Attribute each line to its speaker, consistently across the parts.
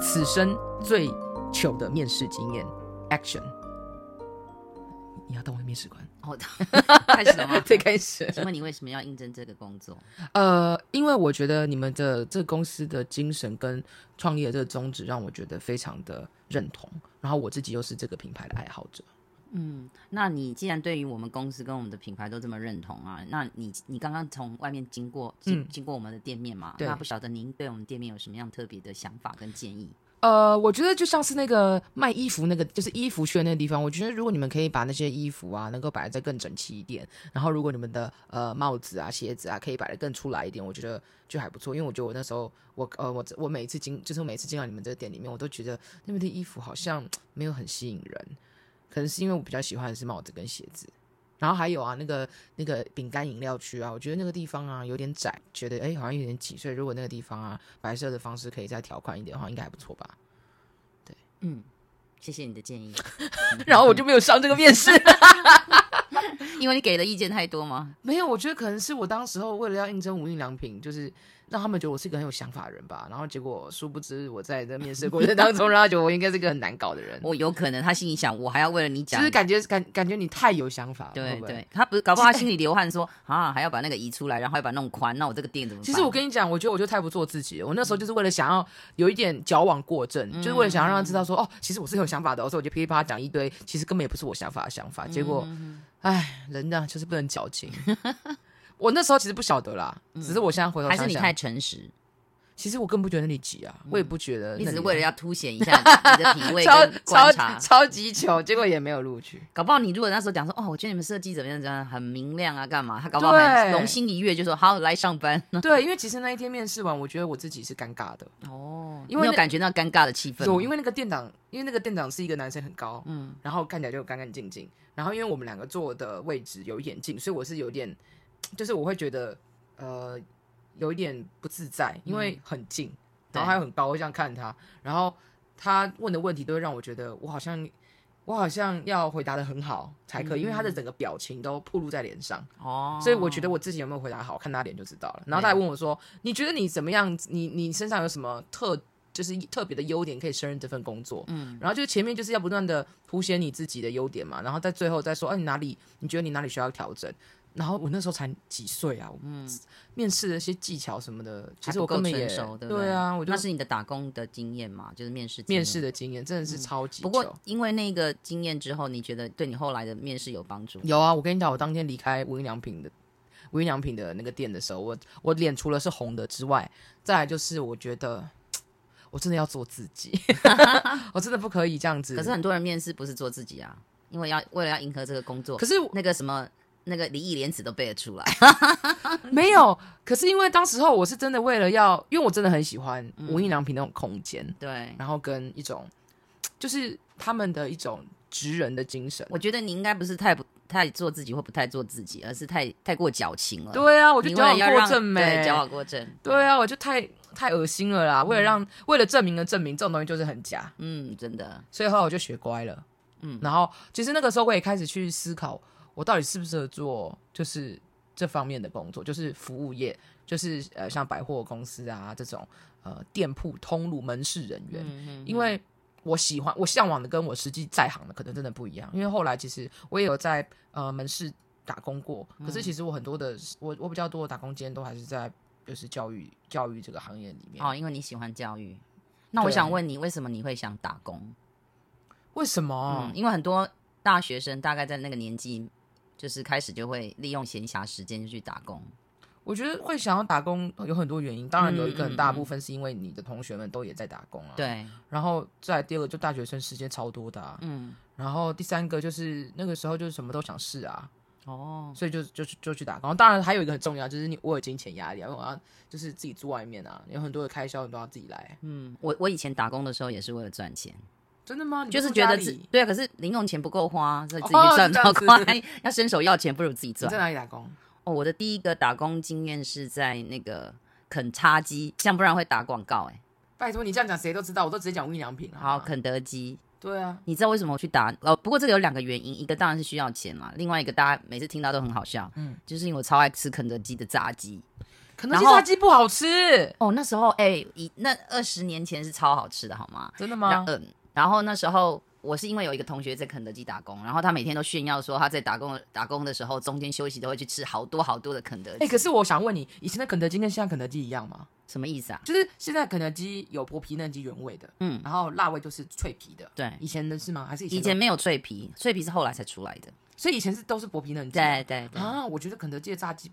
Speaker 1: 此生最糗的面试经验，Action！你要当我的面试官？？
Speaker 2: 哦， 开始了吗
Speaker 1: 最开始，
Speaker 2: 请问你为什么要应征这个工作？
Speaker 1: 呃，因为我觉得你们的这个公司的精神跟创业的这个宗旨，让我觉得非常的认同。然后我自己又是这个品牌的爱好者，
Speaker 2: 嗯，那你既然对于我们公司跟我们的品牌都这么认同啊，那你你刚刚从外面经过，经、
Speaker 1: 嗯
Speaker 2: 经过我们的店面嘛？
Speaker 1: 对
Speaker 2: 那不晓得您对我们店面有什么样特别的想法跟建议？
Speaker 1: 呃，我觉得就像是那个卖衣服那个，就是衣服区的那个地方。我觉得如果你们可以把那些衣服啊，能够摆得更整齐一点，然后如果你们的呃帽子啊、鞋子啊，可以摆得更出来一点，我觉得就还不错。因为我觉得我那时候，我呃我我每一次进，就是我每次进到你们这个店里面，我都觉得那边的衣服好像没有很吸引人，可能是因为我比较喜欢的是帽子跟鞋子。然后还有啊，那个那个饼干饮料区啊，我觉得那个地方啊有点窄，觉得哎好像有点挤，所以如果那个地方啊白色的方式可以再调宽一点的话，应该还不错吧。
Speaker 2: 嗯，谢谢你的建议，
Speaker 1: 然后我就没有上这个面试。
Speaker 2: 因为你给的意见太多吗？
Speaker 1: 没有，我觉得可能是我当时候为了要应征无印良品，就是让他们觉得我是一个很有想法的人吧。然后结果殊不知我在这面试过程 当中，让他觉得我应该是一个很难搞的人。
Speaker 2: 我有可能他心里想，我还要为了你
Speaker 1: 就
Speaker 2: 讲
Speaker 1: 是。感觉感感觉你太有想法了，会
Speaker 2: 对
Speaker 1: 不会
Speaker 2: 对，他不是，搞不好他心里流汗说 啊，还要把那个移出来，然后还把它弄宽，那我这个店怎么办？
Speaker 1: 其实我跟你讲，我觉得我就太不做自己了。我那时候就是为了想要有一点矫枉过正，就是为了想要让他知道说，哦，其实我是有想法的哦，所以我就噼里啪啦讲一堆，其实根本也不是我想法的想法。结果，唉，人呢就是不能矫情。我那时候其实不晓得啦，只嗯是我现在回头
Speaker 2: 还
Speaker 1: 想想，
Speaker 2: 是你太诚实，
Speaker 1: 其实我更不觉得那里挤啊，我也不觉得那里
Speaker 2: 你
Speaker 1: 啊，
Speaker 2: 只是为了要凸显一下你的品味
Speaker 1: 超
Speaker 2: 跟观察
Speaker 1: 超。超级糗，结果也没有录取。
Speaker 2: 搞不好你如果那时候讲说，哦，我觉得你们设计怎么样怎么样，很明亮啊，干嘛？他搞不好
Speaker 1: 对
Speaker 2: 很龙心一跃，就说好来 上班。
Speaker 1: 对，因为其实那一天面试完，我觉得我自己是尴尬的，
Speaker 2: 哦，
Speaker 1: 因为
Speaker 2: 你有
Speaker 1: 那
Speaker 2: 感觉到尴尬的气氛吗。
Speaker 1: 有因为那个店长，因为那个店长是一个男生，很高，嗯，然后看起来就干干净净，然后因为我们两个坐的位置有一点近，所以我是有点，就是我会觉得呃有一点不自在，因为很近，然后
Speaker 2: 嗯对
Speaker 1: 还有很高，我想看他，然后他问的问题都会让我觉得我好像。我好像要回答的很好才
Speaker 2: 嗯
Speaker 1: 可以，因为他的整个表情都暴露在脸上，
Speaker 2: 哦，
Speaker 1: 所以我觉得我自己有没有回答好，看他脸就知道了。然后他还问我说：“你觉得你怎么样？你你身上有什么特就是特别的优点可以胜任这份工作？”嗯，然后就前面就是要不断的凸显你自己的优点嘛，然后在最后再说：“哎、你哪里你觉得你哪里需要调整？”然后我那时候才几岁啊，嗯，面试的一些技巧什么的，其
Speaker 2: 还
Speaker 1: 实
Speaker 2: 不
Speaker 1: 我
Speaker 2: 够
Speaker 1: 根本也
Speaker 2: 成熟，对不
Speaker 1: 对啊，我就
Speaker 2: 那是你的打工的经验嘛，就是面试经验
Speaker 1: 面试。的经验真的是超级糗、
Speaker 2: 嗯不过因为那个经验之后，你觉得对你后来的面试有帮助？
Speaker 1: 有啊，我跟你讲，我当天离开无印良品的无印良品的那个店的时候，我我脸除了是红的之外，再来就是我觉得我真的要做自 己，我真的不可以这样子。
Speaker 2: 可是很多人面试不是做自己啊，因为要为了要迎合这个工作，
Speaker 1: 可是
Speaker 2: 那个什么那个礼义廉耻都背得 出来。
Speaker 1: 没有，可是因为当时候我是真的为了要，因为我真的很喜欢无印良品那种空间，
Speaker 2: 对，
Speaker 1: 然后跟一种就是他们的一种职人的精神。
Speaker 2: 我觉得你应该不是太不太做自己或不太做自己，而是太太过矫情了。
Speaker 1: 对啊，我就
Speaker 2: 你
Speaker 1: 矫枉
Speaker 2: 为了要
Speaker 1: 过
Speaker 2: 让
Speaker 1: 正美，
Speaker 2: 对，矫枉过正，
Speaker 1: 对啊，我就太太恶心了啦！为了让、为了证明而证明，这种东西就是很假。
Speaker 2: 嗯，真的，
Speaker 1: 所以后来我就学乖了，嗯，然后其实那个时候我也开始去思考，我到底适不适合做就是这方面的工作，就是服务业，就是呃像百货公司啊这种呃店铺通路门市人
Speaker 2: 嗯
Speaker 1: 员，因为。我喜欢我向往的跟我实际在行的可能真的不一样，因为后来其实我也有在呃门市打工过，
Speaker 2: 嗯
Speaker 1: 可是其实我很多的我我比较多的打工经验都还是在就是教育教育这个行业里面。
Speaker 2: 哦，因为你喜欢教育。那我
Speaker 1: 对
Speaker 2: 想问你，为什么你会想打工？
Speaker 1: 为什么？
Speaker 2: 嗯，因为很多大学生大概在那个年纪，就是开始就会利用闲暇时间就去打工。
Speaker 1: 我觉得会想要打工有很多原因，当然有一个
Speaker 2: 嗯嗯
Speaker 1: 很大部分是因为你的同学们都也在打工啊。。
Speaker 2: 对，
Speaker 1: 然后再来第二个就大学生时间超多的啊，
Speaker 2: 嗯，
Speaker 1: 然后第三个就是那个时候就是什么都想试啊，
Speaker 2: 哦，
Speaker 1: 所以就就就就去打工。当然还有一个很重要就是你我有金钱压力啊，因为我要就是自己住外面啊，有很多的开销你都要自己来。
Speaker 2: 嗯，我我以前打工的时候也是为了赚钱，
Speaker 1: 真的吗？你
Speaker 2: 就是
Speaker 1: 住
Speaker 2: 觉
Speaker 1: 家
Speaker 2: 得
Speaker 1: 里
Speaker 2: 自对啊，可是零用钱不够花，所以自己
Speaker 1: 哦
Speaker 2: 赚
Speaker 1: 是这
Speaker 2: 比
Speaker 1: 样
Speaker 2: 较
Speaker 1: 子啊
Speaker 2: 快， 要伸手要钱不如自 己
Speaker 1: 你
Speaker 2: 赚
Speaker 1: 在。哪里打工？
Speaker 2: 哦，我的第一个打工经验是在那个肯叉鸡，像不然会打广告哎、
Speaker 1: 拜托你这样讲谁都知道，我都直接讲无印良品了。
Speaker 2: 好，
Speaker 1: 吗
Speaker 2: 肯德基，
Speaker 1: 对啊，
Speaker 2: 你知道为什么我去打？呃，不过这个有两个原因，一个当然是需要钱嘛，另外一个大家每次听到都很好笑，嗯，就是因为我超爱吃肯德基的炸鸡，
Speaker 1: 肯德基
Speaker 2: 然后
Speaker 1: 炸鸡不好吃，
Speaker 2: 哦，那时候哎，以那二十年前是超好吃的，好吗？
Speaker 1: 真的
Speaker 2: 然
Speaker 1: 吗？
Speaker 2: 嗯，然后那时候我是因为有一个同学在肯德基打工，然后他每天都炫耀说他在打工打工的时候，中间休息都会去吃好多好多的肯德
Speaker 1: 哎、
Speaker 2: 基，
Speaker 1: 可是我想问你，以前的肯德基跟现在肯德基一样吗？
Speaker 2: 什么意思啊？
Speaker 1: 就是现在肯德基有薄皮嫩鸡原味的，
Speaker 2: 嗯
Speaker 1: 然后辣味就是脆皮的。
Speaker 2: 对，
Speaker 1: 以前的是吗？还是以前
Speaker 2: 以
Speaker 1: 的？
Speaker 2: 前没有脆皮，脆皮是后来才出来的。
Speaker 1: 所以以前是都是薄皮嫩鸡。
Speaker 2: 对对对，
Speaker 1: 啊，我觉得肯德基的炸鸡，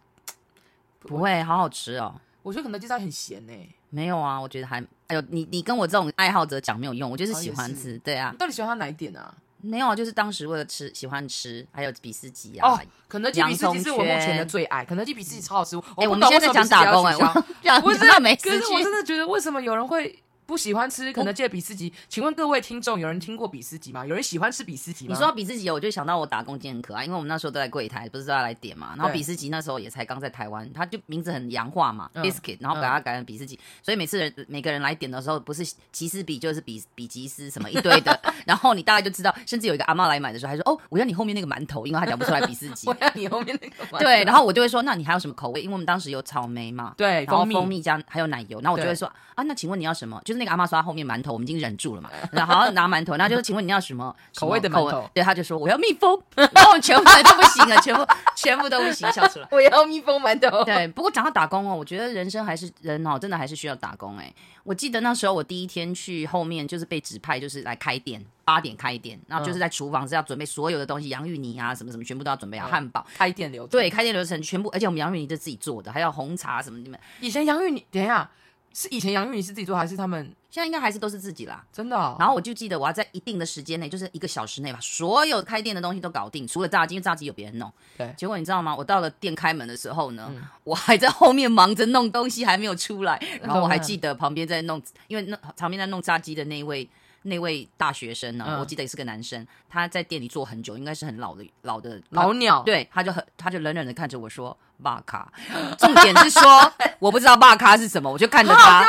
Speaker 2: 不会，好好吃哦。
Speaker 1: 我觉得肯德基炸鸡很咸呢、
Speaker 2: 没有啊，我觉得还，哎呦，你你跟我这种爱好者讲没有用，我就是
Speaker 1: 哦
Speaker 2: 喜
Speaker 1: 也
Speaker 2: 欢
Speaker 1: 是
Speaker 2: 吃，对啊
Speaker 1: 你，到底喜欢它哪一点啊？
Speaker 2: 没有啊，就是当时为了吃喜欢吃，还有比斯吉啊，
Speaker 1: 哦，肯德基比斯
Speaker 2: 洋
Speaker 1: 鸡
Speaker 2: 葱
Speaker 1: 是我目前的
Speaker 2: 圈
Speaker 1: 最爱，肯德基比斯鸡超好吃。我
Speaker 2: 哎、
Speaker 1: 不
Speaker 2: 我们
Speaker 1: 懂
Speaker 2: 现
Speaker 1: 为
Speaker 2: 在
Speaker 1: 什
Speaker 2: 在
Speaker 1: 么
Speaker 2: 讲
Speaker 1: 比斯鸡
Speaker 2: 打
Speaker 1: 要
Speaker 2: 工哎、
Speaker 1: 取消
Speaker 2: 我讲
Speaker 1: 不是
Speaker 2: 到没
Speaker 1: 可
Speaker 2: 事
Speaker 1: 是我真
Speaker 2: 去。哦
Speaker 1: 的觉得，为什么有人会不喜欢吃肯德基的比斯吉？请问各位听众，有人听过比斯吉吗？有人喜欢吃比斯吉吗？
Speaker 2: 你说到比斯吉，哦我就想到我打工间很可爱，因为我们那时候都在柜台，不是都要来点嘛。然后
Speaker 1: 对
Speaker 2: 比斯吉那时候也才刚在台湾，他就名字很洋化嘛、
Speaker 1: 嗯
Speaker 2: b i s c u i t 然后把它改成比斯吉，所以每次人每个人来点的时候，不是吉斯比就是比比吉斯什么一 堆的，然后你大概就知道，甚至有一个阿嬷来买的时候，还说哦，我要你后面那个馒头，因为他讲不出来比斯吉
Speaker 1: 我。要你后面那个吗
Speaker 2: 对，然后我就会说，那你还有什么口味？因为我们当时有草莓嘛，
Speaker 1: 对
Speaker 2: 然后
Speaker 1: 蜂蜜
Speaker 2: 蜂蜜加还有奶油，然后我就会
Speaker 1: 对
Speaker 2: 说啊，那请问你要什么？就是那个阿妈说她后面馒头，我们已经忍住了嘛，然后好像拿馒头，然后就说请问你要什么
Speaker 1: 口味的馒头？
Speaker 2: 什么口味对，他就说我要蜜蜂，然后我们全部人都不行了，全部全部都不行，笑出来。
Speaker 1: 我要蜜蜂馒头。
Speaker 2: 对，不过讲到打工哦，我觉得人生还是人哦，真的还是需要打工哎、我记得那时候我第一天去后面就是被指派，就是来开店，八点开店，然后就是
Speaker 1: 嗯
Speaker 2: 在厨房是要准备所有的东西，洋芋泥啊什么什么，全部都要准备好，
Speaker 1: 嗯
Speaker 2: 汉堡。
Speaker 1: 开店流程
Speaker 2: 对，，开店流程全部，而且我们洋芋泥就自己做的，还有红茶什么，你们
Speaker 1: 以前洋芋泥，等一下是以前洋芋泥是自己做还是他们
Speaker 2: 现在应该还是都是自己啦。
Speaker 1: 真的哦、
Speaker 2: 然后我就记得我要在一定的时间内，就是一个小时内把所有开店的东西都搞定，除了炸鸡，因为炸鸡有别人弄。
Speaker 1: 对嗯
Speaker 2: 结果你知道吗？我到了店开门的时候呢，我还在后面忙着弄东西，还没有出来。然后我还记得旁边在弄，因为那旁边在弄炸鸡的那一位。那位大学生呢？
Speaker 1: 嗯
Speaker 2: 我记得也是个男生，他在店里做很久，应该是很老的老的
Speaker 1: 老鸟，
Speaker 2: 对，他就很，他就冷冷的看着我说“霸咖”，重点是说我不知道“霸咖”是什么，我就看着他，
Speaker 1: 啊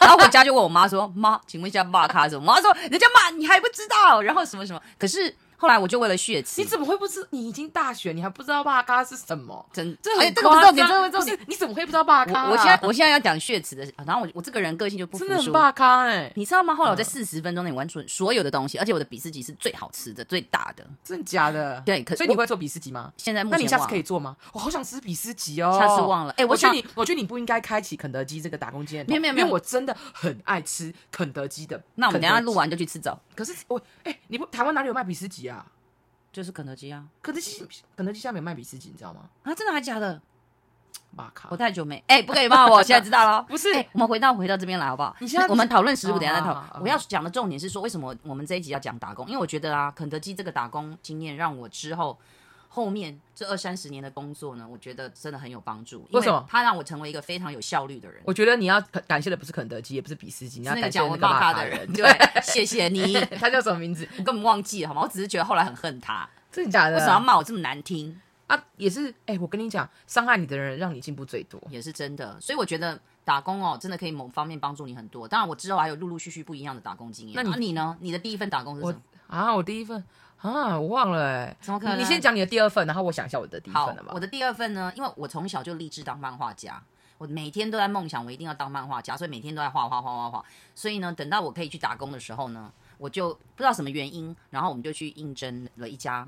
Speaker 2: 然后我家就问我妈说：“妈，请问一下‘霸咖’是什么？”我妈说：“人家骂你还不知道。”然后什么什么，可是后来我就为了血
Speaker 1: 你
Speaker 2: 气，
Speaker 1: 怎么会不知？你已经大学，你还不知道霸咖是什么？
Speaker 2: 真
Speaker 1: 这
Speaker 2: 哎
Speaker 1: 很
Speaker 2: 这个不重点，
Speaker 1: 夸
Speaker 2: 这
Speaker 1: 张
Speaker 2: 个不重
Speaker 1: 不
Speaker 2: 点。
Speaker 1: 是你怎么会不知道霸咖啊、
Speaker 2: 我我现在我现在要讲血池的，然后我我这个人个性就不服
Speaker 1: 真的很
Speaker 2: 输，
Speaker 1: 霸咖哎、
Speaker 2: 你知道吗？后来我在四十分钟内完成所有的东西，而且我的比斯吉是最好吃的、最大的。
Speaker 1: 真的假的？
Speaker 2: 对可
Speaker 1: 所以你
Speaker 2: 我
Speaker 1: 会做比斯吉吗？
Speaker 2: 现在目
Speaker 1: 那
Speaker 2: 前
Speaker 1: 你下次
Speaker 2: 忘
Speaker 1: 可
Speaker 2: 了
Speaker 1: 以做吗？我好想吃比斯吉哦，
Speaker 2: 下次忘了哎我
Speaker 1: 我觉得
Speaker 2: 想
Speaker 1: 你，我觉得你不应该开启肯德基这个打工经验，
Speaker 2: 没有没有没
Speaker 1: 因
Speaker 2: 有
Speaker 1: 为我真的很爱吃肯德基的。
Speaker 2: 那我们等一下
Speaker 1: 肯德
Speaker 2: 录完就去吃早，
Speaker 1: 基，可是我哎、你不台湾哪里有卖比斯吉啊？
Speaker 2: 就是肯德基啊
Speaker 1: 肯德基肯德基下面有卖比斯吉，你知道吗？
Speaker 2: 啊！真的还假的？
Speaker 1: 哇靠
Speaker 2: 我！太久没哎、不可以骂我，现在知道了。
Speaker 1: 不是
Speaker 2: 哎、我们回到回到这边来好不好？
Speaker 1: 你现在
Speaker 2: 我们讨论食物，
Speaker 1: 哦
Speaker 2: 等一下再讨
Speaker 1: 好好好
Speaker 2: 论。我要讲的重点是说，为什么我们这一集要讲打工？因为我觉得啊，肯德基这个打工经验让我之后后面这二三十年的工作呢，我觉得真的很有帮助。因
Speaker 1: 为什么
Speaker 2: 它让我成为一个非常有效率的人。
Speaker 1: 我觉得你要感谢的不是肯德基，也不是比斯吉，你
Speaker 2: 是
Speaker 1: 要
Speaker 2: 那个
Speaker 1: 感谢
Speaker 2: 讲
Speaker 1: 那
Speaker 2: 我
Speaker 1: 个
Speaker 2: 骂
Speaker 1: 咖
Speaker 2: 他的 人，对
Speaker 1: 对，，
Speaker 2: 谢谢你，
Speaker 1: 他叫什么名字？
Speaker 2: 我根本忘记了好吗？我只是觉得后来很恨他，
Speaker 1: 真的假的？
Speaker 2: 为什么要骂我这么难听？
Speaker 1: 啊？也是哎、我跟你讲，伤害你的人让你进步最多。
Speaker 2: 也是真的，所以我觉得打工哦，真的可以某方面帮助你很多。当然，我之后还有陆陆续续不一样的打工经验。
Speaker 1: 那你
Speaker 2: 啊你呢？你的第一份打工是什么？
Speaker 1: 啊，我第一份啊，我忘了哎、
Speaker 2: 怎么可能？
Speaker 1: 你先讲你的第二份，然后我想一下我的第一
Speaker 2: 好
Speaker 1: 份了，吧
Speaker 2: 我。的第二份呢？因为我从小就立志当漫画家，我每天都在梦想我一定要当漫画家，所以每天都在画画画画画。所以呢，等到我可以去打工的时候呢，我就不知道什么原因，然后我们就去应征了一家。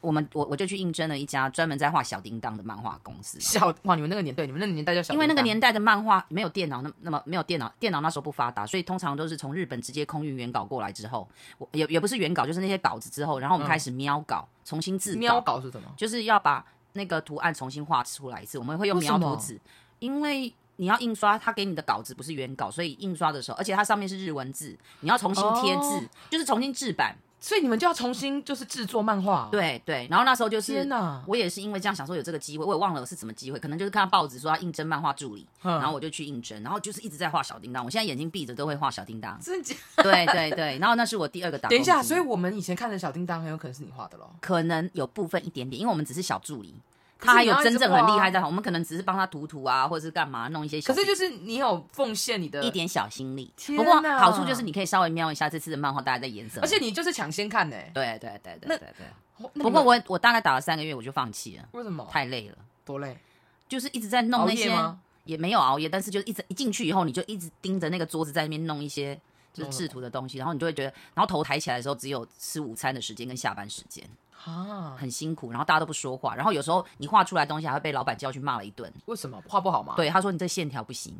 Speaker 2: 我们我我就去应征了一家专门在画小叮当的漫画公司，
Speaker 1: 小哇，你们那个年代，你们那个年代叫小叮当，
Speaker 2: 因为那个年代的漫画没有电脑，那那么没有电脑，电脑那时候不发达，所以通常都是从日本直接空运原稿过来之后，我也也不是原稿，就是那些稿子之后，然后我们开始瞄稿，重新制
Speaker 1: 喵
Speaker 2: 稿，
Speaker 1: 稿是什么？
Speaker 2: 就是要把那个图案重新画出来一次。我们会用
Speaker 1: 为什
Speaker 2: 描
Speaker 1: 么
Speaker 2: 图纸，因为你要印刷，他给你的稿子不是原稿，所以印刷的时候，而且它上面是日文字，你要重新贴字，
Speaker 1: 哦
Speaker 2: 就是重新制版。
Speaker 1: 所以你们就要重新就是制作漫画、，哦
Speaker 2: 对对，然后那时候就是
Speaker 1: 天哪！
Speaker 2: 我也是因为这样想说有这个机会，我也忘了是什么机会，可能就是看到报纸说要应征漫画助理，
Speaker 1: 嗯。
Speaker 2: 然后我就去应征，然后就是一直在画小叮当，我现在眼睛闭着都会画小叮当
Speaker 1: 真的假？
Speaker 2: 对对对，然后那是我第二个打工
Speaker 1: 等一下，
Speaker 2: 经
Speaker 1: 所以
Speaker 2: 历
Speaker 1: 我们以前看的小叮当很有可能是你画的喽。
Speaker 2: 可能有部分一点点，因为我们只是小助理，
Speaker 1: 可是
Speaker 2: 他还
Speaker 1: 你
Speaker 2: 有
Speaker 1: 要一
Speaker 2: 真
Speaker 1: 直
Speaker 2: 正
Speaker 1: 画
Speaker 2: 很
Speaker 1: 啊
Speaker 2: 厉害的，我们可能只是帮他涂涂啊，或者是干嘛弄一些小
Speaker 1: 可是就是你有奉献你的
Speaker 2: 一，点小心力。
Speaker 1: 天
Speaker 2: 不过
Speaker 1: 哪
Speaker 2: 好处就是你可以稍微瞄一下这次的漫画大家在演什么，
Speaker 1: 而且你就是抢先看呢、
Speaker 2: 对对对对
Speaker 1: 那
Speaker 2: 对对。
Speaker 1: 哦那你
Speaker 2: 不过
Speaker 1: 们
Speaker 2: 我我大概打了三个月我就放弃了，
Speaker 1: 为什么
Speaker 2: 太累了，
Speaker 1: 多累？
Speaker 2: 就是一直在弄
Speaker 1: 熬
Speaker 2: 那
Speaker 1: 夜
Speaker 2: 些。
Speaker 1: 吗？
Speaker 2: 也没有熬夜，但是就一直一进去以后，你就一直盯着那个桌子在那边弄一些就是制图的东西，然后你就会觉得，然后头抬起来的时候只有吃午餐的时间跟下班时间，
Speaker 1: 啊？
Speaker 2: 很辛苦，然后大家都不说话，然后有时候你画出来的东西还会被老板叫去骂了一顿，
Speaker 1: 为什么画不好吗？，
Speaker 2: 对，他说你这线条不行，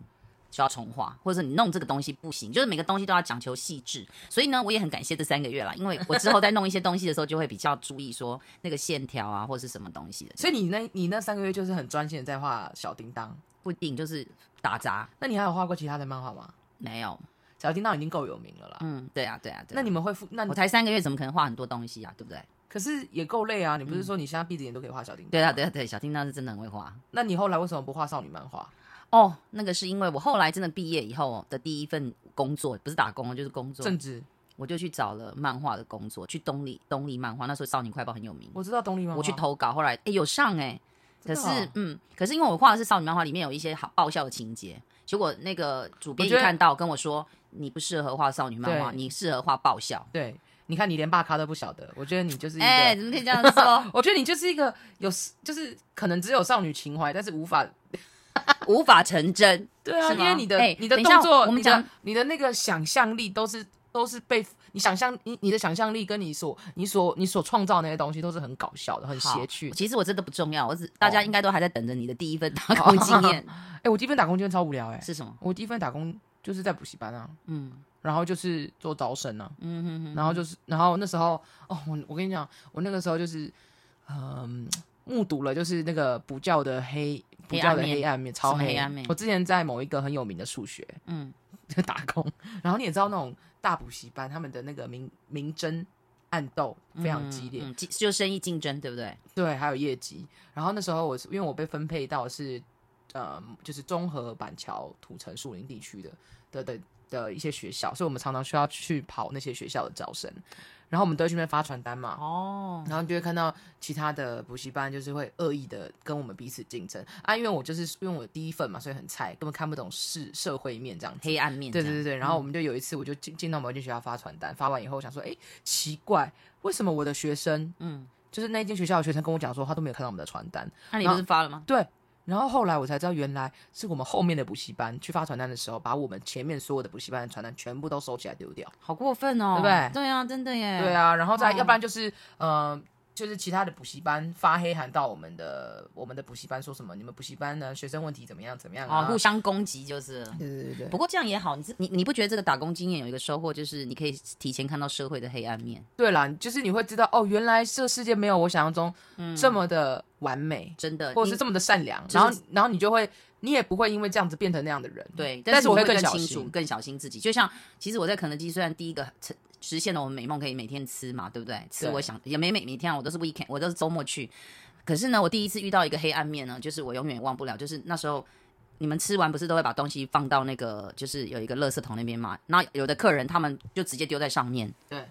Speaker 2: 就要重画，或者是你弄这个东西不行，就是每个东西都要讲求细致。所以呢，我也很感谢这三个月啦，因为我之后在弄一些东西的时候，就会比较注意说那个线条啊，或是什么东西的，
Speaker 1: 所以你那你那三个月就是很专心的在画小叮当。
Speaker 2: 不一定就是打杂。
Speaker 1: 那你还有画过其他的漫画吗？
Speaker 2: 没有，
Speaker 1: 小叮当已经够有名了啦。
Speaker 2: 嗯，对啊，对啊，对啊
Speaker 1: 那你们会付？那你
Speaker 2: 我才三个月，怎么可能画很多东西啊？对不对？
Speaker 1: 可是也够累啊！你不是说你现在闭着眼都可以画小叮当？
Speaker 2: 嗯对啊，对啊，对，小叮当是真的很会画。
Speaker 1: 那你后来为什么不画少女漫画？
Speaker 2: 哦，那个是因为我后来真的毕业以后的第一份工作，不是打工，就是工作，
Speaker 1: 政治？
Speaker 2: 我就去找了漫画的工作，去东立东立漫画，那时候少女快报很有名。
Speaker 1: 我知道东立漫画，
Speaker 2: 我去投稿，后来哎、诶有上哎、可
Speaker 1: 哦真的
Speaker 2: 是、
Speaker 1: 哦
Speaker 2: 嗯，可是因为我画的是少女漫画，里面有一些好爆笑的情节，结果那个主编
Speaker 1: 我
Speaker 2: 一
Speaker 1: 觉得
Speaker 2: 看到跟我说，你不适合画少女漫画，
Speaker 1: 对
Speaker 2: 你适合画爆笑。
Speaker 1: 对，你看你连爸咖都不晓得，我觉得你就是一个，
Speaker 2: 哎、怎么可以这样 说？
Speaker 1: 我觉得你就是一个有，就是可能只有少女情怀，但是无法
Speaker 2: 无法成真。
Speaker 1: 对啊，
Speaker 2: 是
Speaker 1: 因
Speaker 2: 吗
Speaker 1: 为你的、
Speaker 2: 哎
Speaker 1: 你的
Speaker 2: 等一下
Speaker 1: 动作，
Speaker 2: 我们
Speaker 1: 你的
Speaker 2: 讲
Speaker 1: 你的那个想象力都是都是被你想象你你的想象力跟你所你所你所创造那些东西都是很搞笑的，很
Speaker 2: 好
Speaker 1: 邪趣。
Speaker 2: 其实我真的不重要，我只大家应该都还在等着你的第一份打工经验、
Speaker 1: 哎、我第一份打工真的超无聊哎、
Speaker 2: 是什么？
Speaker 1: 我第一份打工就是在补习班啊，
Speaker 2: 嗯
Speaker 1: 然后就是做招生啊，
Speaker 2: 嗯哼哼，
Speaker 1: 然后就是，然后那时候哦，我我跟你讲，我那个时候就是，嗯、目睹了就是那个补教的黑补
Speaker 2: 黑
Speaker 1: 教
Speaker 2: 暗
Speaker 1: 的
Speaker 2: 面
Speaker 1: 黑暗面，超
Speaker 2: 什么
Speaker 1: 黑
Speaker 2: 黑暗面
Speaker 1: 我之前在某一个很有名的数学
Speaker 2: 嗯，
Speaker 1: 就打工，然后你也知道那种大补习班，他们的那个明明争暗斗非常激烈，
Speaker 2: 嗯，嗯竞就生意竞争，对不对？
Speaker 1: 对，还有业绩。然后那时候我是因为我被分配到是呃，就是综合板桥、土城、树林地区的的的的一些学校，所以我们常常需要去跑那些学校的招生，然后我们都会去那边发传单嘛。
Speaker 2: 哦，
Speaker 1: 然后你就会看到其他的补习班就是会恶意的跟我们彼此竞争啊，因为我就是因为我第一份嘛，所以很菜，根本看不懂世社会面这样子。
Speaker 2: 黑暗面，
Speaker 1: 对对对，对，然后
Speaker 2: 嗯
Speaker 1: 我们就有一次，我就进进到某间学校发传单，发完以后我想说，哎，奇怪，为什么我的学生，
Speaker 2: 嗯，
Speaker 1: 就是那间学校的学生跟我讲说，他都没有看到我们的传单。
Speaker 2: 那你不是发了吗？
Speaker 1: 对，然后后来我才知道，原来是我们后面的补习班去发传单的时候，把我们前面所有的补习班的传单全部都收起来丢掉。
Speaker 2: 好过分哦，
Speaker 1: 对不对
Speaker 2: 对啊，真的耶，
Speaker 1: 对啊，然后再、
Speaker 2: 哦
Speaker 1: 要不然就是，呃，就是其他的补习班发黑函到我们的我们的补习班说什么，你们补习班呢学生问题怎么样怎么样
Speaker 2: 哦
Speaker 1: 啊？，
Speaker 2: 互相攻击就是。
Speaker 1: 对对对
Speaker 2: 不
Speaker 1: 对，
Speaker 2: 过这样也好，你是你你不觉得这个打工经验有一个收获，就是你可以提前看到社会的黑暗面，
Speaker 1: 对啦，就是你会知道哦，原来这世界没有我想象中这么的完美。
Speaker 2: 嗯真的，
Speaker 1: 或者
Speaker 2: 你
Speaker 1: 是这么的善良，
Speaker 2: 就是
Speaker 1: 然后然后你就会，你也不会因为这样子变成那样的人。
Speaker 2: 对，
Speaker 1: 但
Speaker 2: 但
Speaker 1: 是
Speaker 2: 是
Speaker 1: 我
Speaker 2: 我
Speaker 1: 会
Speaker 2: 会
Speaker 1: 更
Speaker 2: 更
Speaker 1: 小
Speaker 2: 清
Speaker 1: 心
Speaker 2: 楚、更小心自己。就像其实我在肯德基，虽然第一个成实现了我们美梦，可以每天吃嘛，对不对？吃
Speaker 1: 对
Speaker 2: 我想也没每每天、啊，我都是 weekend，我都是周末去。可是呢，我第一次遇到一个黑暗面呢，就是我永远忘不了，就是那时候。你们吃完不是都会把东西放到那个，就是有一个垃圾桶那边嘛？然后有的客人他们就直接丢在上面，
Speaker 1: 对，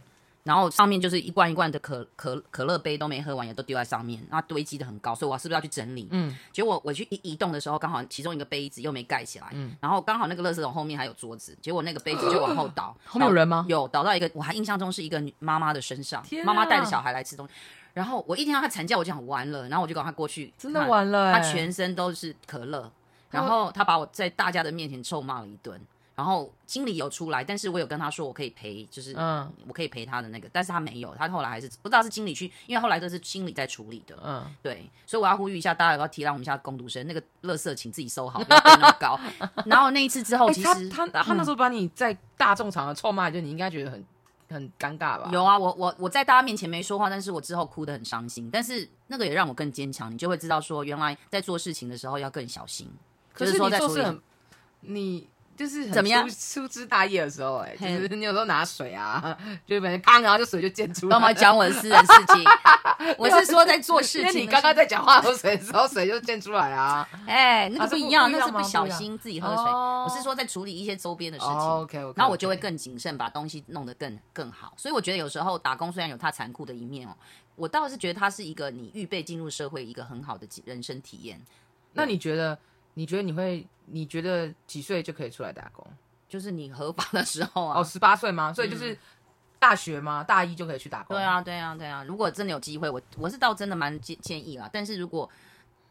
Speaker 2: 然后上面就是一罐一罐的可可可乐杯都没喝完，也都丢在上面，那堆积的很高，所以我是不是要去整理？
Speaker 1: 嗯，
Speaker 2: 结果我去移移动的时候，刚好其中一个杯子又没盖起来，
Speaker 1: 嗯
Speaker 2: 然后刚好那个垃圾桶后面还有桌子，结果那个杯子就往后 倒，
Speaker 1: 后面有人吗
Speaker 2: 倒有倒到一个，我还印象中是一个女妈妈的身上
Speaker 1: 天，啊
Speaker 2: 妈妈带着小孩来吃东西，然后我一听到她惨叫，我就想完了，然后我就赶快过去看，
Speaker 1: 真的完了、欸。
Speaker 2: 他全身都是可乐，然后他把我在大家的面前臭骂了一顿，然后经理有出来，但是我有跟他说我可以赔，就是
Speaker 1: 嗯
Speaker 2: 我可以赔他的那个，但是他没有，他后来还是不知道是经理去，因为后来都是经理在处理的，
Speaker 1: 嗯，
Speaker 2: 对，所以我要呼吁一下大家，不要体谅我们家的工读生，那个垃圾请自己收好，不要堆那么 高。然后那一次之后，
Speaker 1: 哎
Speaker 2: 其
Speaker 1: 他
Speaker 2: 实、嗯
Speaker 1: 他他那时候把你在大众场合臭骂，就你应该觉得很很尴尬吧？
Speaker 2: 有啊，我我我在大家面前没说话，但是我之后哭得很伤心，但是那个也让我更坚强，你就会知道说，原来在做事情的时候要更小心。
Speaker 1: 可
Speaker 2: 就是是说
Speaker 1: 你
Speaker 2: 在
Speaker 1: 做
Speaker 2: 处
Speaker 1: 事
Speaker 2: 理
Speaker 1: 很，你就是很
Speaker 2: 怎么样
Speaker 1: 粗粗枝大叶的时候、哎，
Speaker 2: 嘿
Speaker 1: 就是你有时候拿水啊，就反正啪，然后就水就溅出 来。
Speaker 2: 干嘛讲我的私人事 情？我是说在做事
Speaker 1: 因为
Speaker 2: 情。
Speaker 1: 你刚刚在讲话的时候，水的时候水就溅出来啊。
Speaker 2: 哎，那
Speaker 1: 啊
Speaker 2: 个
Speaker 1: 这
Speaker 2: 不
Speaker 1: 不
Speaker 2: 一样，
Speaker 1: 不一
Speaker 2: 那
Speaker 1: 样
Speaker 2: 是
Speaker 1: 吗
Speaker 2: 不小心自己喝水。
Speaker 1: 哦
Speaker 2: 我是说在处理一些周边的事情。
Speaker 1: 哦，OK OK，
Speaker 2: 然后我就会更谨慎，把东西弄得更更好。所以我觉得有时候打工虽然有它残酷的一面哦，我倒是觉得它是一个你预备进入社会一个很好的人生体验。
Speaker 1: 那你觉得？你觉得你会？你觉得几岁就可以出来打工？
Speaker 2: 就是你合法的时候啊，
Speaker 1: 哦，十八岁吗？所以就是
Speaker 2: 嗯
Speaker 1: 大学吗？大一就
Speaker 2: 啊
Speaker 1: 可以去打工？
Speaker 2: 对，啊，对啊，对啊。如果真的有机会，我我是倒真的蛮建建议啦。但是如果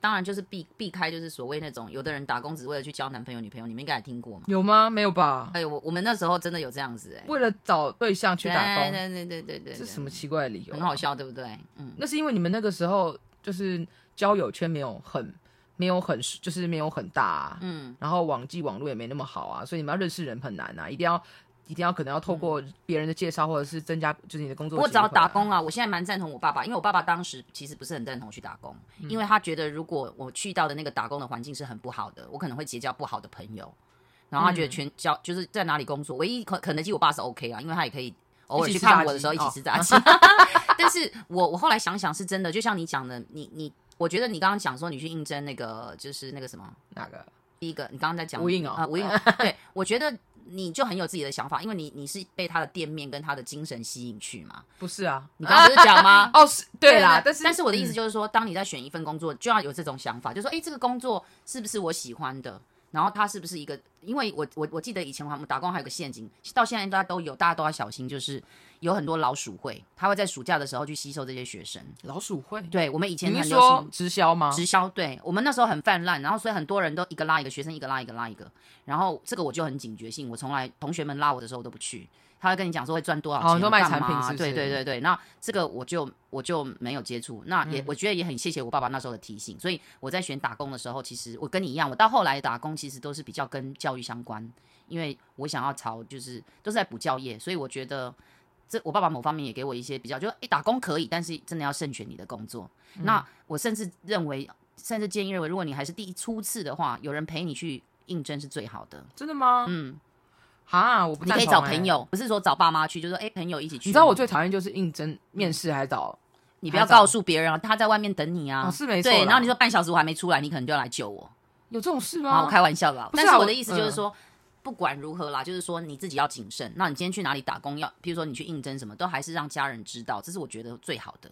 Speaker 2: 当然就是避避开就是所谓那种有的人打工只为了去交男朋友女朋友，你们应该也听过嘛。
Speaker 1: 有吗？没有吧？
Speaker 2: 哎呦，我我们那时候真的有这样子哎、
Speaker 1: 为了找对象去打工，
Speaker 2: 对对对对对对，
Speaker 1: 这是什
Speaker 2: 么？
Speaker 1: 么奇怪的理由、
Speaker 2: 很好。笑，对不对？嗯，
Speaker 1: 那是因为你们那个时候就是交友圈没有很没有很就是没有很大、啊，
Speaker 2: 嗯，
Speaker 1: 然后网际网络也没那么好啊，所以你们要认识人很难啊，一定要一定要可能要透过别人的介绍或者是增加就是你的工作、
Speaker 2: 嗯我只要打，工啊，我现在蛮赞同我爸爸，因为我爸爸当时其实不是很赞同去打工，
Speaker 1: 嗯
Speaker 2: 因为他觉得如果我去到的那个打工的环境是很不好的，我可能会结交不好的朋友。然后他觉得
Speaker 1: 嗯
Speaker 2: 全交、就是在哪里工作，唯一肯肯德基我爸是 OK 啊，因为他也可以偶尔
Speaker 1: 一起
Speaker 2: 去
Speaker 1: 吃
Speaker 2: 看
Speaker 1: 炸
Speaker 2: 我的
Speaker 1: 鸡
Speaker 2: 时候一起
Speaker 1: 哦
Speaker 2: 吃 炸鸡。 但是我我后来想想是真的，就像你讲的，你你我觉得你刚刚讲说你去应征那个就是那个什么
Speaker 1: 那个
Speaker 2: 第一个，你刚刚在讲
Speaker 1: 无印哦
Speaker 2: 啊，无 印哦，对，我觉得你就很有自己的想法，因为你你是被他的店面跟他的精神吸引去嘛。
Speaker 1: 不是啊？
Speaker 2: 你刚刚不是讲吗？
Speaker 1: 哦，是对啦，
Speaker 2: 但
Speaker 1: 但是嗯
Speaker 2: 但是我的意思就是说，当你在选一份工作，就要有这种想法，就说，哎，这个工作是不是我喜欢的？然后它是不是一个？因为我我我记得以前我们打工还有个陷阱，到现在大家都有，大家都要小心，就是有很多老鼠会，他会在暑假的时候去吸收这些学生。
Speaker 1: 老鼠会，
Speaker 2: 对我们以前
Speaker 1: 你
Speaker 2: 很
Speaker 1: 是
Speaker 2: 流行
Speaker 1: 说直销吗？
Speaker 2: 直销，对我们那时候很泛滥，然后所以很多人都一个拉一个，学生一个拉一个拉一个，然后这个我就很警觉性，我从来同学们拉我的时候我都不去，他会跟你讲说会赚多少
Speaker 1: 哦
Speaker 2: 钱，
Speaker 1: 你说卖
Speaker 2: 干嘛
Speaker 1: 产品是不
Speaker 2: 对
Speaker 1: 是
Speaker 2: 对对对，那这个我就我就没有接触，那
Speaker 1: 嗯
Speaker 2: 也、我觉得也很谢谢我爸爸那时候的提醒，所以我在选打工的时候，其实我跟你一样，我到后来打工其实都是比较跟教育相关，因为我想要朝就是都是在补教业，所以我觉得。这我爸爸某方面也给我一些比较，就是诶打工可以，但是真的要慎选你的工作。
Speaker 1: 嗯
Speaker 2: 那我甚至认为，甚至建议认为，如果你还是第一初次的话，有人陪你去应征是最好的。
Speaker 1: 真的吗？
Speaker 2: 嗯，
Speaker 1: 哈，我不
Speaker 2: 你
Speaker 1: 赞
Speaker 2: 可以
Speaker 1: 同
Speaker 2: 找
Speaker 1: 欸
Speaker 2: 朋。友，不是说找爸妈去，就是说诶朋友一起去。
Speaker 1: 你知道我最讨厌就是应征面试还找
Speaker 2: 你不要告诉别人啊，他在外面等你啊。
Speaker 1: 哦是没错
Speaker 2: 对，
Speaker 1: 啦
Speaker 2: 然后你说半小时我还没出来，你可能就要来救我。
Speaker 1: 有这种事
Speaker 2: 啊，我
Speaker 1: 吗？
Speaker 2: 开玩笑的啦。
Speaker 1: 不是
Speaker 2: 但
Speaker 1: 啊
Speaker 2: 是我
Speaker 1: 我
Speaker 2: 的意思就是说，不管如何啦，就是说你自己要谨慎。那你今天去哪里打工，要譬如说你去应征什么，都还是让家人知道，这是我觉得最好的。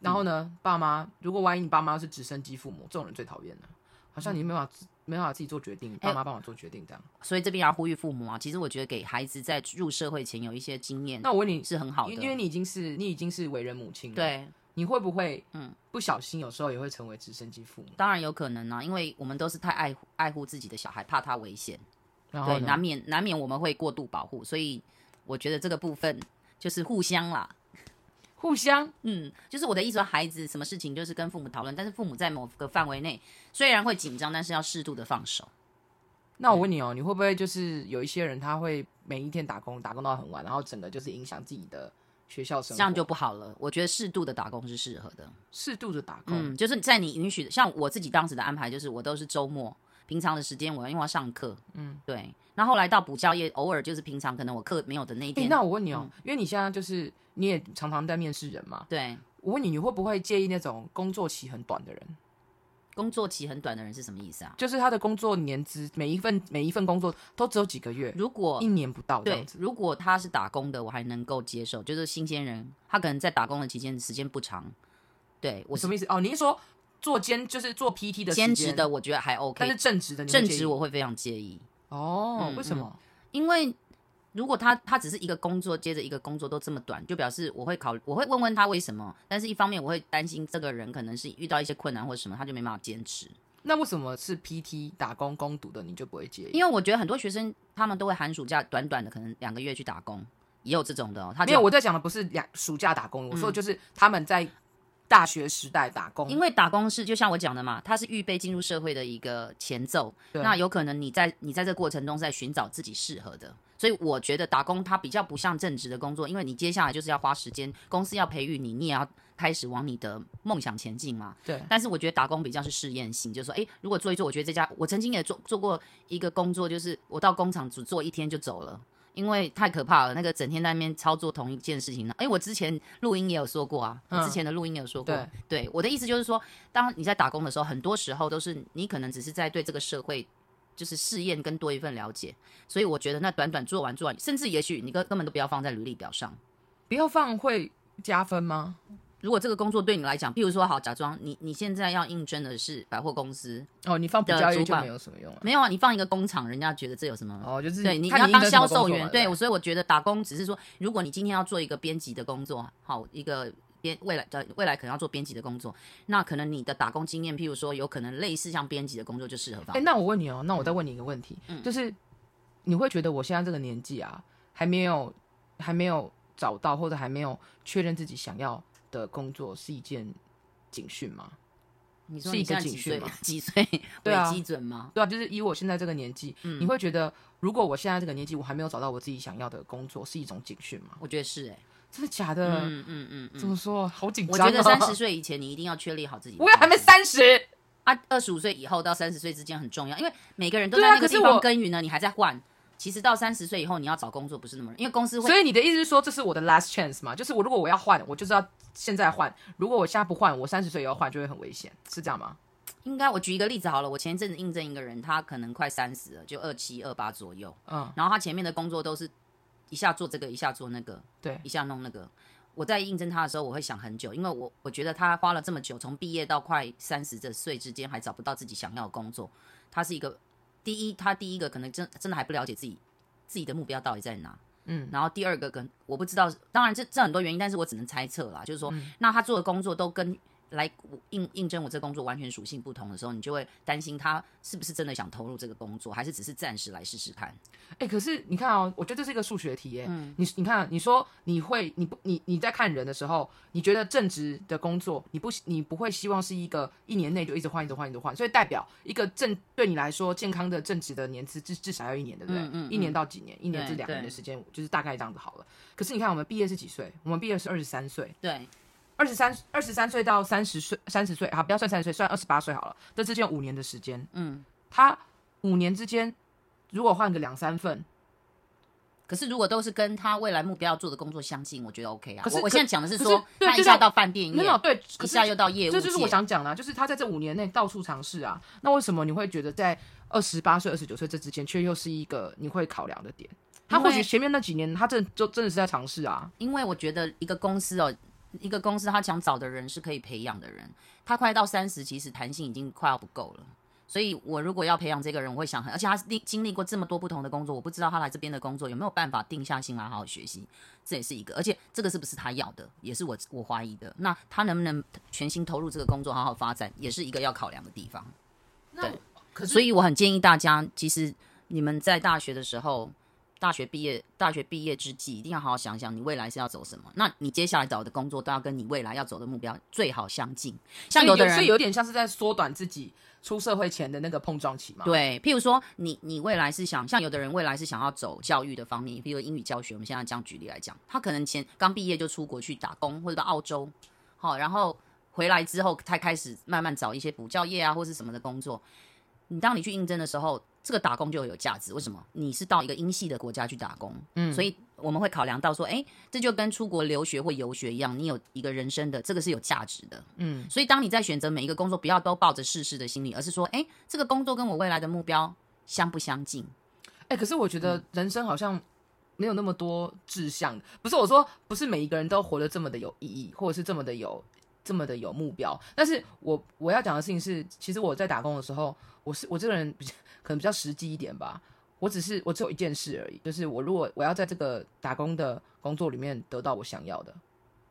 Speaker 1: 然后呢，爸妈如果万一你爸妈是直升机父母，这种人最讨厌了，好像你没办法自没办法自己做决定，
Speaker 2: 哎
Speaker 1: 爸妈帮我做决定这样。
Speaker 2: 所以这边要呼吁父母啊，其实我觉得给孩子在入社会前有一些经验
Speaker 1: 那我问你，
Speaker 2: 是很好
Speaker 1: 因因为
Speaker 2: 的。
Speaker 1: 你已经是你已经是为人母亲了，，
Speaker 2: 对，
Speaker 1: 你会不会
Speaker 2: 嗯
Speaker 1: 嗯不小心有时候也会成为直升机父母？
Speaker 2: 当然有可能啊，因为我们都是太爱护爱护自己的小孩，怕他危险，
Speaker 1: 然后
Speaker 2: 对，难
Speaker 1: 呢？
Speaker 2: 免难免我们会过度保护，所以我觉得这个部分就是互相啦。
Speaker 1: 互相
Speaker 2: 嗯，就是我的意思说，孩子什么事情就是跟父母讨论，但是父母在某个范围内虽然会紧张，但是要适度的放手。
Speaker 1: 那我
Speaker 2: 嗯
Speaker 1: 问你哦，你会不会就是有一些人他会每一天打工，打工到很晚，然后整个就是影响自己的学校生活？
Speaker 2: 这样就不好了。我觉得适度的打工是适合的。
Speaker 1: 适度的打工，
Speaker 2: 嗯，就是在你允许的，像我自己当时的安排，就是我都是周末，平常的时间我因为要上课，嗯，对。那后来到补教业，偶尔就是平常可能我课没有的那一嗯
Speaker 1: 诶
Speaker 2: 天，
Speaker 1: 那我问你哦，因为你现在就是你也常常在面试人嘛，
Speaker 2: 对
Speaker 1: 我问你，你会不会介意那种工作期很短的人？
Speaker 2: 工作期很短的人是什么意思啊？
Speaker 1: 就是他的工作年资，每一份每一份工作都只有几个月，
Speaker 2: 如果
Speaker 1: 一年不嗯到这
Speaker 2: 对
Speaker 1: 样，子。
Speaker 2: 如果他是打工的，我还能够接受，就是新鲜人，他可能在打工的期间时间不长，对我
Speaker 1: 我
Speaker 2: 是
Speaker 1: 什么意思？哦，你是说做兼就是做 PT 的时
Speaker 2: 兼
Speaker 1: 间
Speaker 2: 职的，，我觉得还
Speaker 1: 但
Speaker 2: OK，
Speaker 1: 是正职的你会
Speaker 2: 正
Speaker 1: 介意
Speaker 2: 职我会非常介意。
Speaker 1: 哦、
Speaker 2: 嗯
Speaker 1: 为什么？
Speaker 2: 因为如果他他只是一个工作接着一个工作都这么短，就表示我会考我会问问他为什么，但是一方面我会担心这个人可能是遇到一些困难或者什么，他就没办法坚持。
Speaker 1: 那为什么是 PT 打工攻读的你就不会介意？
Speaker 2: 因为我觉得很多学生他们都会寒暑假短短的可能两个月去打工，也有这种的哦。他
Speaker 1: 没
Speaker 2: 就
Speaker 1: 有，我在讲的不是两暑假打工，我说的就是他们在大学时代打工，
Speaker 2: 因为打工是就像我讲的嘛，它是预备进入社会的一个前奏。
Speaker 1: 对
Speaker 2: 那有可能你在你在这过程中是在寻找自己适合的，所以我觉得打工它比较不像正职的工作，因为你接下来就是要花时间，公司要培育你，你也要开始往你的梦想前进嘛。
Speaker 1: 对
Speaker 2: 但是我觉得打工比较是试验性，就是说，诶，如果做一做，我觉得这家我曾经也做做过一个工作，就是我到工厂只做一天就走了。因为太可怕了，那个整天在那边操作同一件事情呢。诶，我之前录音也有说过啊，我之
Speaker 1: 嗯
Speaker 2: 前的录音也有说过，
Speaker 1: 对
Speaker 2: 对，我的意思就是说，当你在打工的时候，很多时候都是你可能只是在对这个社会就是试验跟多一份了解，所以我觉得那短短做完做完，甚至也许你根根本都不要放在履历表上。
Speaker 1: 不要放会加分吗？
Speaker 2: 如果这个工作对你来讲，譬如说好，假装你你现在要应征的是百货公司，
Speaker 1: 哦，你放补
Speaker 2: 的
Speaker 1: 教
Speaker 2: 主
Speaker 1: 业就
Speaker 2: 管
Speaker 1: 没有什么用了。
Speaker 2: 没有啊，你放一个工厂，人家觉得这有什么？
Speaker 1: 哦，就是
Speaker 2: 对你你
Speaker 1: 看
Speaker 2: 要
Speaker 1: 应
Speaker 2: 当
Speaker 1: 征什
Speaker 2: 销
Speaker 1: 么工
Speaker 2: 售
Speaker 1: 作
Speaker 2: 员，
Speaker 1: 嘛
Speaker 2: 对，我所以我觉得打工只是说，如果你今天要做一个编辑的工作，好一个编未来的未来可能要做编辑的工作，那可能你的打工经验，譬如说有可能类似像编辑的工作就适合放
Speaker 1: 哎、。那我问你哦，那我再问你一个问题，嗯就是你会觉得我现在这个年纪啊，还没有还没有找到或者还没有确认自己想要的工作是一件警讯吗？
Speaker 2: 你说
Speaker 1: 是
Speaker 2: 你
Speaker 1: 一个
Speaker 2: 现在
Speaker 1: 警
Speaker 2: 几
Speaker 1: 讯
Speaker 2: 岁
Speaker 1: 吗？
Speaker 2: 几岁？
Speaker 1: 对啊
Speaker 2: 伪基准吗？
Speaker 1: 对啊，就是以我现在这个年纪，你会觉得如果我现在这个年纪我还没有找到我自己想要的工作，是一种警讯吗？
Speaker 2: 我觉得是哎、
Speaker 1: 真的假的？
Speaker 2: 嗯嗯嗯
Speaker 1: 怎
Speaker 2: 嗯，
Speaker 1: 么说？好紧
Speaker 2: 我
Speaker 1: 张、哦！
Speaker 2: 觉得三十，岁以前你一定要确立好自己的
Speaker 1: 我也还没
Speaker 2: 方
Speaker 1: 三
Speaker 2: 向
Speaker 1: 十。
Speaker 2: 啊，二十五岁以后到三十岁之间很重要，因为每个人都
Speaker 1: 对
Speaker 2: 在
Speaker 1: 啊
Speaker 2: 那个
Speaker 1: 可是
Speaker 2: 地方
Speaker 1: 我
Speaker 2: 耕耘呢，你还在换。其实到三十岁以后，你要找工作不是那么容易，因为公司会
Speaker 1: 所以你的意思是说，这是我的 last chance 嘛？就是我如果我要换，我就是要现在换。如果我现在不换，我三十岁也要换，就会很危险，是这样吗？
Speaker 2: 应该我举一个例子好了，我前一阵子应征一个人，他可能快三十了，就二七二八左右，
Speaker 1: 嗯，
Speaker 2: 然后他前面的工作都是一下做这个，一下做那个，
Speaker 1: 对
Speaker 2: 一下弄那个。我在应征他的时候，我会想很久，因为我我觉得他花了这么久，从毕业到快三十这岁之间，还找不到自己想要的工作，他是一个第一，他第一个可能真真的还不了解自己自己的目标到底在哪。
Speaker 1: 嗯，
Speaker 2: 然后第二个跟我不知道，当然这这很多原因，但是我只能猜测啦，就是说，
Speaker 1: 嗯
Speaker 2: 那他做的工作都跟来我应应征我这工作完全属性不同的时候，你就会担心他是不是真的想投入这个工作，还是只是暂时来试试看。
Speaker 1: 哎、可是你看哦，我觉得这是一个数学题耶。
Speaker 2: 嗯
Speaker 1: 你你看，啊你说你会，你不，你你在看人的时候，你觉得正职的工作，你不你不会希望是一个一年内就一直换，一直换，一直换，所以代表一个正对你来说健康的正职的年资至至少要一年，对不对？
Speaker 2: 嗯嗯嗯
Speaker 1: 一年到几年，一年至
Speaker 2: 对
Speaker 1: 两年的
Speaker 2: 对
Speaker 1: 时间，就是大概这样子好了。可是你看，我们毕业是几岁？我们毕业是二十三岁，
Speaker 2: 对，
Speaker 1: 二十三二十三岁到三十岁，三十岁好，不要算三十岁，算二十八岁好了。这之间五年的时间，
Speaker 2: 嗯。
Speaker 1: 他五年之间如果换个两三份，
Speaker 2: 可是如果都是跟他未来目标要做的工作相近，我觉得 OK 啊。
Speaker 1: 可是
Speaker 2: 我我
Speaker 1: 可
Speaker 2: 现在讲的是
Speaker 1: 可
Speaker 2: 说
Speaker 1: 是，对
Speaker 2: 他一
Speaker 1: 就
Speaker 2: 下
Speaker 1: 像
Speaker 2: 到饭店
Speaker 1: 没有
Speaker 2: 业，
Speaker 1: 对，可
Speaker 2: 一
Speaker 1: 是
Speaker 2: 下又到业务
Speaker 1: 这
Speaker 2: 界，
Speaker 1: 就是我想讲的啊、就是他在这五年内到处尝试啊。那为什么你会觉得在二十八岁、二十九岁这之间，却又是一个你会考量的点？他
Speaker 2: 因为
Speaker 1: 或许前面那几年，他真的就真的是在尝试啊。
Speaker 2: 因为我觉得一个公司哦，一个公司他想找的人是可以培养的人，他快到三十，其实弹性已经快要不够了。所以我如果要培养这个人，我会想很，而且他历经历过这么多不同的工作，我不知道他来这边的工作有没有办法定下心来好好学习，这也是一个。而且这个是不是他要的，也是我我怀疑的。那他能不能全心投入这个工作，好好发展，也是一个要考量的地方。
Speaker 1: 那可
Speaker 2: 所以我很建议大家，其实你们在大学的时候，大学毕业，大学毕业之际，一定要好好想想你未来是要走什么。那你接下来找的工作都要跟你未来要走的目标最好相近。像有的
Speaker 1: 所以
Speaker 2: 人
Speaker 1: 有点像是在缩短自己出社会前的那个碰撞期嘛。，
Speaker 2: 对，譬如说你你未来是想像有的人未来是想要走教育的方面，譬如英语教学，我们现在这样举例来讲，他可能前刚毕业就出国去打工或者到澳洲，好、然后回来之后才开始慢慢找一些补教业啊或是什么的工作。你当你去应征的时候，这个打工就有价值。为什么？你是到一个英系的国家去打工，嗯，所以我们会考量到说，哎，这就跟出国留学或游学一样，你有一个人生的这个是有价值的，嗯。所以当你在选择每一个工作，不要都抱着试试的心理，而是说，哎，这个工作跟我未来的目标相不相近？
Speaker 1: 哎、可是我觉得人生好像没有那么多志向，不是我说，不是每一个人都活得这么的有意义，或者是这么的有这么的有目标。但是我我要讲的事情是，其实我在打工的时候，我是我这个人比较可能比较实际一点吧。我只是我只有一件事而已，就是我如果我要在这个打工的工作里面得到我想要的，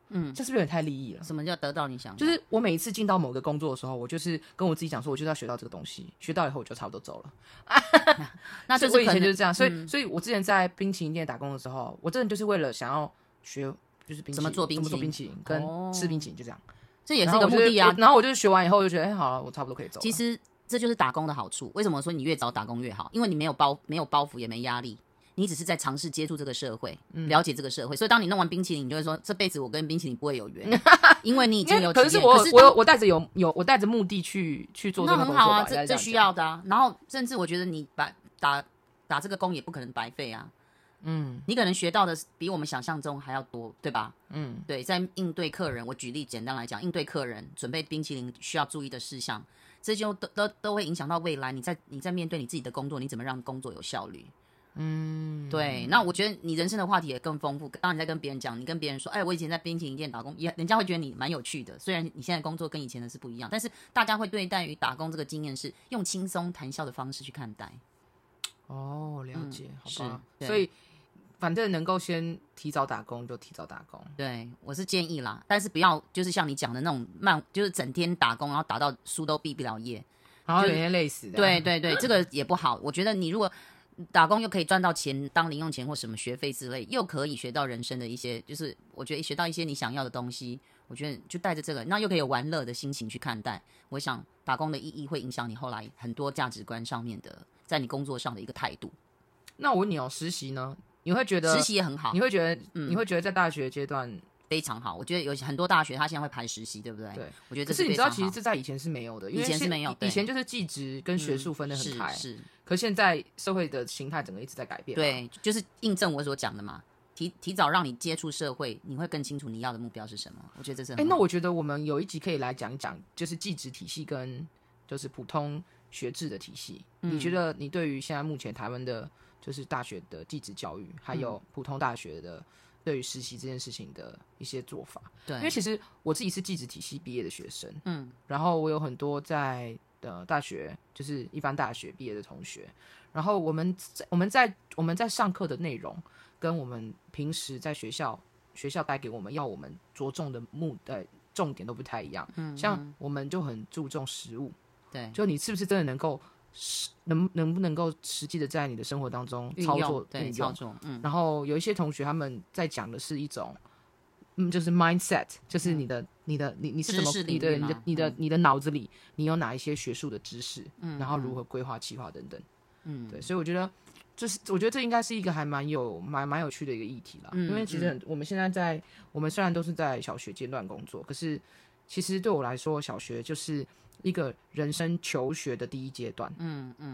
Speaker 2: 嗯
Speaker 1: 这是不是有点太利益了？
Speaker 2: 什么叫得到你想要？
Speaker 1: 就是我每一次进到某个工作的时候，我就是跟我自己讲说，我就是要学到这个东西，学到以后我就差不多走了。
Speaker 2: 那
Speaker 1: 所
Speaker 2: 就
Speaker 1: 以
Speaker 2: 是
Speaker 1: 我以
Speaker 2: 可
Speaker 1: 前
Speaker 2: 能嗯
Speaker 1: 就是这样，所以、所以我之前在冰淇淋店打工的时候，我真的就是为了想要学，就是冰淇淋
Speaker 2: 怎么做冰淇淋
Speaker 1: 怎么做冰淇淋跟吃冰淇淋，就这样。
Speaker 2: 这也
Speaker 1: 然
Speaker 2: 是一
Speaker 1: 后
Speaker 2: 个
Speaker 1: 我
Speaker 2: 目
Speaker 1: 就
Speaker 2: 的啊
Speaker 1: 我。然后我就是学完以后，我就觉得，哎、好了，我差不多可以走了。
Speaker 2: 其实这就是打工的好处。为什么说你越早打工越好？因为你没有包没有包袱，也没压力，你只是在尝试接触这个社会，
Speaker 1: 嗯
Speaker 2: 了解这个社会。所以当你弄完冰淇淋，你就会说这辈子我跟冰淇淋不会有 缘，因为你已
Speaker 1: 因
Speaker 2: 经
Speaker 1: 为
Speaker 2: 有
Speaker 1: 可
Speaker 2: 体
Speaker 1: 能
Speaker 2: 验。
Speaker 1: 是我
Speaker 2: 可是
Speaker 1: 我
Speaker 2: 当
Speaker 1: 有我带着有有我带着目的去去做这
Speaker 2: 那
Speaker 1: 个
Speaker 2: 很
Speaker 1: 工
Speaker 2: 好
Speaker 1: 作
Speaker 2: 啊，
Speaker 1: 吧，应
Speaker 2: 这
Speaker 1: 该这
Speaker 2: 这
Speaker 1: 样
Speaker 2: 需
Speaker 1: 讲。
Speaker 2: 要的啊。然后甚至我觉得你把打打这个工也不可能白费啊。嗯，你可能学到的比我们想象中还要多，对吧？
Speaker 1: 嗯，
Speaker 2: 对，在应对客人，我举例简单来讲，应对客人准备冰淇淋需要注意的事项，这就都都都会影响到未来你在你在面对你自己的工作，你怎么让工作有效率？嗯，对。那我觉得你人生的话题也更丰富。当你在跟别人讲，你跟别人说，哎，我以前在冰淇淋店打工，也人家会觉得你蛮有趣的。虽然你现在工作跟以前的是不一样，但是大家会对待于打工这个经验是用轻松谈笑的方式去看待。
Speaker 1: 哦，了解，好吧
Speaker 2: 嗯是。对
Speaker 1: 所以反正能够先提早打工就提早打工。
Speaker 2: 对，我是建议啦，但是不要就是像你讲的那种慢，就是整天打工，然后打到书都毕不了业。
Speaker 1: 然后
Speaker 2: 就
Speaker 1: 有些累死的，
Speaker 2: 对，对对，这个也不好。我觉得你如果打工又可以赚到钱，当零用钱或什么学费之类，又可以学到人生的一些，就是我觉得学到一些你想要的东西。我觉得就带着这个，那又可以有玩乐的心情去看待。我想打工的意义会影响你后来很多价值观上面的，在你工作上的一个态度。
Speaker 1: 那我问你哦，实习呢？你会觉得
Speaker 2: 实习也很好
Speaker 1: 你，会觉得、
Speaker 2: 嗯
Speaker 1: 你会觉得在大学阶段，
Speaker 2: 非常好。我觉得有很多大学它现在会排实习，对不对？
Speaker 1: 对，
Speaker 2: 我觉得
Speaker 1: 可是
Speaker 2: 这
Speaker 1: 你
Speaker 2: 非
Speaker 1: 知道，
Speaker 2: 常
Speaker 1: 其实
Speaker 2: 好
Speaker 1: 这在以前是没有的，因
Speaker 2: 以
Speaker 1: 为
Speaker 2: 前是
Speaker 1: 现
Speaker 2: 没有
Speaker 1: 以
Speaker 2: 对
Speaker 1: 前就是技职跟学
Speaker 2: 嗯
Speaker 1: 术分得很开，啊
Speaker 2: 是是
Speaker 1: 可现在社会的形态整个一直在改变，，
Speaker 2: 对，就是印证我所讲的嘛。提提早让你接触社会，你会更清楚你要的目标是什么。我觉得这是
Speaker 1: 哎、
Speaker 2: 很
Speaker 1: 那
Speaker 2: 好
Speaker 1: 我觉得我们有一集可以来讲一讲，就是技职体系跟就是普通学制的体系。你
Speaker 2: 嗯
Speaker 1: 觉得你对于现在目前台湾的，就是大学的技职教育，还
Speaker 2: 嗯
Speaker 1: 有普通大学的对于实习这件事情的一些做法？因为
Speaker 2: 对，
Speaker 1: 其实我自己是技职体系毕业的学生，
Speaker 2: 嗯，
Speaker 1: 然后我有很多在呃大学，就是一般大学毕业的同学，然后我们在我们在我们在上课的内容，跟我们平时在学校学校带给我们要我们着重的目呃重点都不太一样，嗯，像我们就很注重实物，
Speaker 2: 对，
Speaker 1: 就你是不是真的能够实能能不能够实际的在你的生活当中
Speaker 2: 运
Speaker 1: 操
Speaker 2: 用
Speaker 1: 作
Speaker 2: 对
Speaker 1: 运
Speaker 2: 操
Speaker 1: 用，
Speaker 2: 作，嗯，
Speaker 1: 然后有一些同学他们在讲的是一种，嗯，就是 mindset，就是你的、你的、你你是怎么
Speaker 2: 嗯知识领域
Speaker 1: 你的、你
Speaker 2: 吗嗯
Speaker 1: 的、你的、你的脑子里，你有哪一些学术的知识，然后如何规划、计划等等，嗯，对，所以我觉得这是我觉得这应该是一个还蛮有蛮蛮有趣的一个议题啦，
Speaker 2: 嗯
Speaker 1: 因为其实很我们现在在我们虽然都是在小学阶段工作，可是其实对我来说，小学就是一个人生求学的第一阶段，嗯嗯嗯，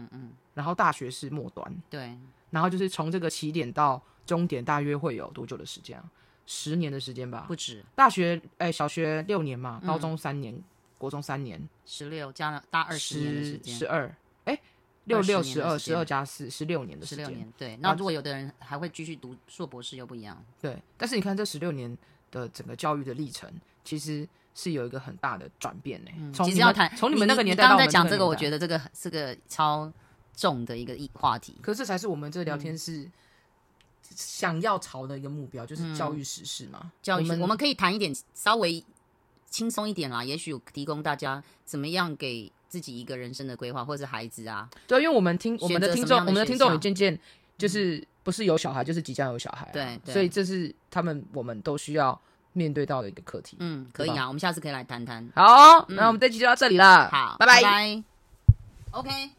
Speaker 1: 然后大学是末端，
Speaker 2: 对，
Speaker 1: 然后就是从这个起点到终点，大约会有多久的时间啊？十年的时间吧
Speaker 2: 不。嗯止
Speaker 1: 大学，哎、小学六年嘛，高中三年，国中三年，
Speaker 2: 十六加了大二十年的时
Speaker 1: 十
Speaker 2: 间
Speaker 1: 十，二，哎，六六
Speaker 2: 20
Speaker 1: 十二，
Speaker 2: 年的时
Speaker 1: 十
Speaker 2: 间
Speaker 1: 二加四，十六年的时
Speaker 2: 十六
Speaker 1: 间。
Speaker 2: 年，对。
Speaker 1: 然
Speaker 2: 那
Speaker 1: 后
Speaker 2: 如果有的人还会继续读硕博士，又不一样，
Speaker 1: 对，但是你看这十六年的整个教育的历程，其实是有一个很大的转变呢、从
Speaker 2: 嗯其
Speaker 1: 你
Speaker 2: 实要
Speaker 1: 们
Speaker 2: 谈
Speaker 1: 从你们那个年代到
Speaker 2: 你刚
Speaker 1: 我
Speaker 2: 刚
Speaker 1: 们
Speaker 2: 在讲这个，我
Speaker 1: 得，
Speaker 2: 觉得这个是个超重的一个议话题。
Speaker 1: 可是这才是我们这个聊天
Speaker 2: 嗯
Speaker 1: 室想要朝的一个目标，就是教育实事嘛。
Speaker 2: 教育
Speaker 1: 我
Speaker 2: 是，
Speaker 1: 们
Speaker 2: 我们可以谈一点稍微轻松一点啦，也许提供大家怎么样给自己一个人生的规划，或者是孩子啊，
Speaker 1: 对，因为我们听我们的听
Speaker 2: 选择什么
Speaker 1: 众，
Speaker 2: 样
Speaker 1: 我
Speaker 2: 的
Speaker 1: 们的
Speaker 2: 学
Speaker 1: 听众
Speaker 2: 校
Speaker 1: 也渐渐就是不是有小孩，就是即将有小孩啊、
Speaker 2: 对对
Speaker 1: 所以这是他们我们都需要面对到的一个课题。
Speaker 2: 嗯，可以
Speaker 1: 对
Speaker 2: 啊，我们下次可以来谈谈。
Speaker 1: 好，那我们这期就到这里了，
Speaker 2: 好，
Speaker 1: 拜
Speaker 2: 拜 OK。